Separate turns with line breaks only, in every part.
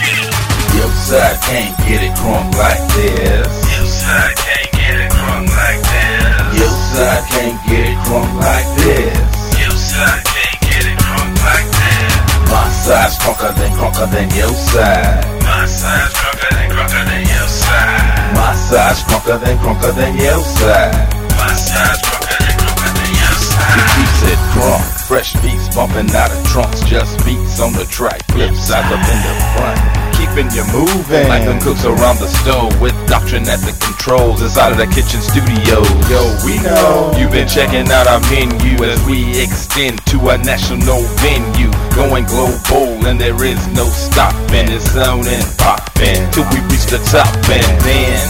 side can't get it crunk like this.
Your side can't get it crunk like this.
Your side can't get it crunk like this.
Your side can't get it crunk like this.
My side's crunker than crunker than your side.
My side's crunker than crunker than your side.
My side's crunker than crunker than your side.
My side's crunker than crunker than your side. He
keeps it crunk. Fresh beats bumping out of trunks, just beats on the track, flip sides up in the front keeping you moving. Like them cooks around the stove with doctrine at the controls inside of the kitchen studio. Yo, we know you've been checking out our menu as we extend to a national venue. Going global and there is no stopping. It's on and popping till we reach the top and then.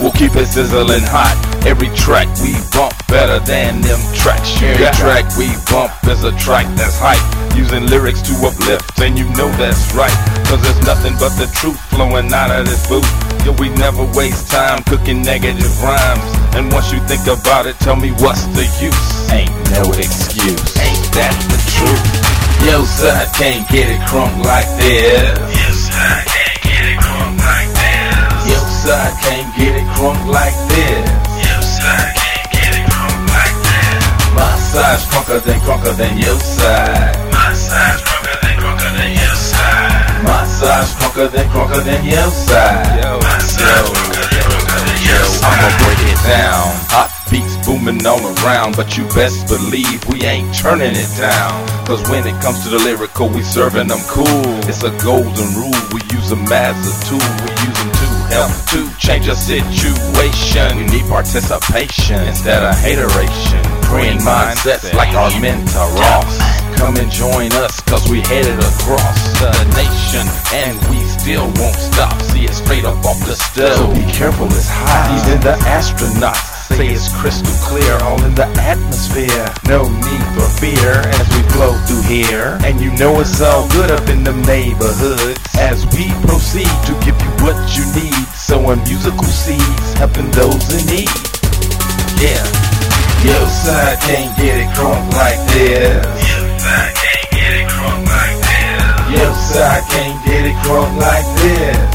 We'll keep it sizzling hot. Every track we bump better than them tracks. You Every got. track we bump is a track that's hype. Using lyrics to uplift, and you know that's right. Cause there's nothing but the truth flowing out of this booth. Yo, we never waste time cooking negative rhymes. And once you think about it, tell me what's the use? Ain't no excuse. Ain't that the truth? Yo, side can't get it crunk like this.
Yo, side can't get it crunk like this.
Yo, side can't get it crunk like this.
Yo, side can't get it crunk like this.
My side's crunker than crunker than your side.
My side's crunker than crunker than your side.
My side's crunker than crunker than your side.
Yo, My side's crunker than crunker than your side.
I'ma break it down. Hot beats booming all around, but you best believe we ain't turning it down. Cause when it comes to the lyrical, we serving them cool. It's a golden rule, we use them as a tool, we use them to help to change a situation. We need participation instead of hateration. Green mindsets like our mentor Ross. Come and join us, cause we headed across the nation, and we still won't stop. See it straight up off the stove. So be careful, it's hot. He's in the astronauts say it's crystal clear, all in the atmosphere. No need for fear as we flow through here. And you know it's all good up in them neighborhoods as we proceed to give you what you need. Sowing musical seeds, helping those in need. Yeah. Yo, side can't get it crunk like this.
Yo, side can't get it crunk like this.
Yo, side can't get it crunk like this.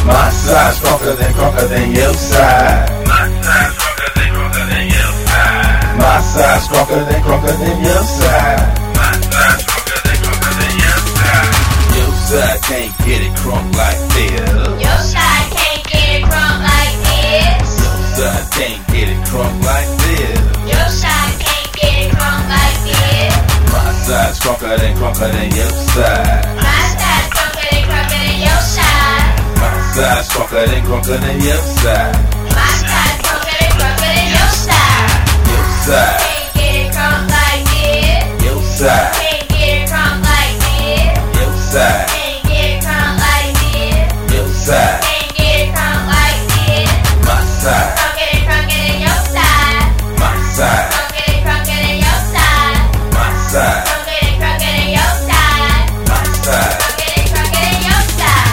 My side's stronger than stronger than your side.
My side's stronger than stronger than your side.
My side's stronger than stronger than your side.
My side's stronger than stronger than your side.
Your side can't get it crunk like this.
Your side can't get it crunk like this.
Your side can't get it crunk like this.
Your side can't get it crunk like this.
My side's stronger than stronger than your side.
My side's stronger than stronger than your side.
My side's crunker than crunker than your side.
My side's crunker than crunker than your side.
Your side.
Can't get it crunk like this.
Your side.
Can't get it crunk like this.
Your side.
Can't get it crunk like this.
Your side.
Can't get it crunk like this.
My side.
Crunker than crunker than your side.
My side.
Crunker than crunker than your side.
My side.
Crunker than crunker than your side.
My side.
Crunker than crunker than your side.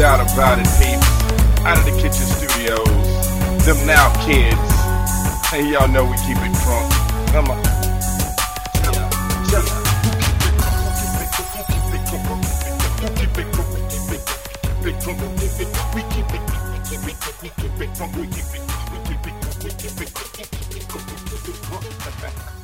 doubt about it, peeps. Out of the kitchen studios, them now kids. And hey, y'all know we keep it crunk. Come on. We keep it,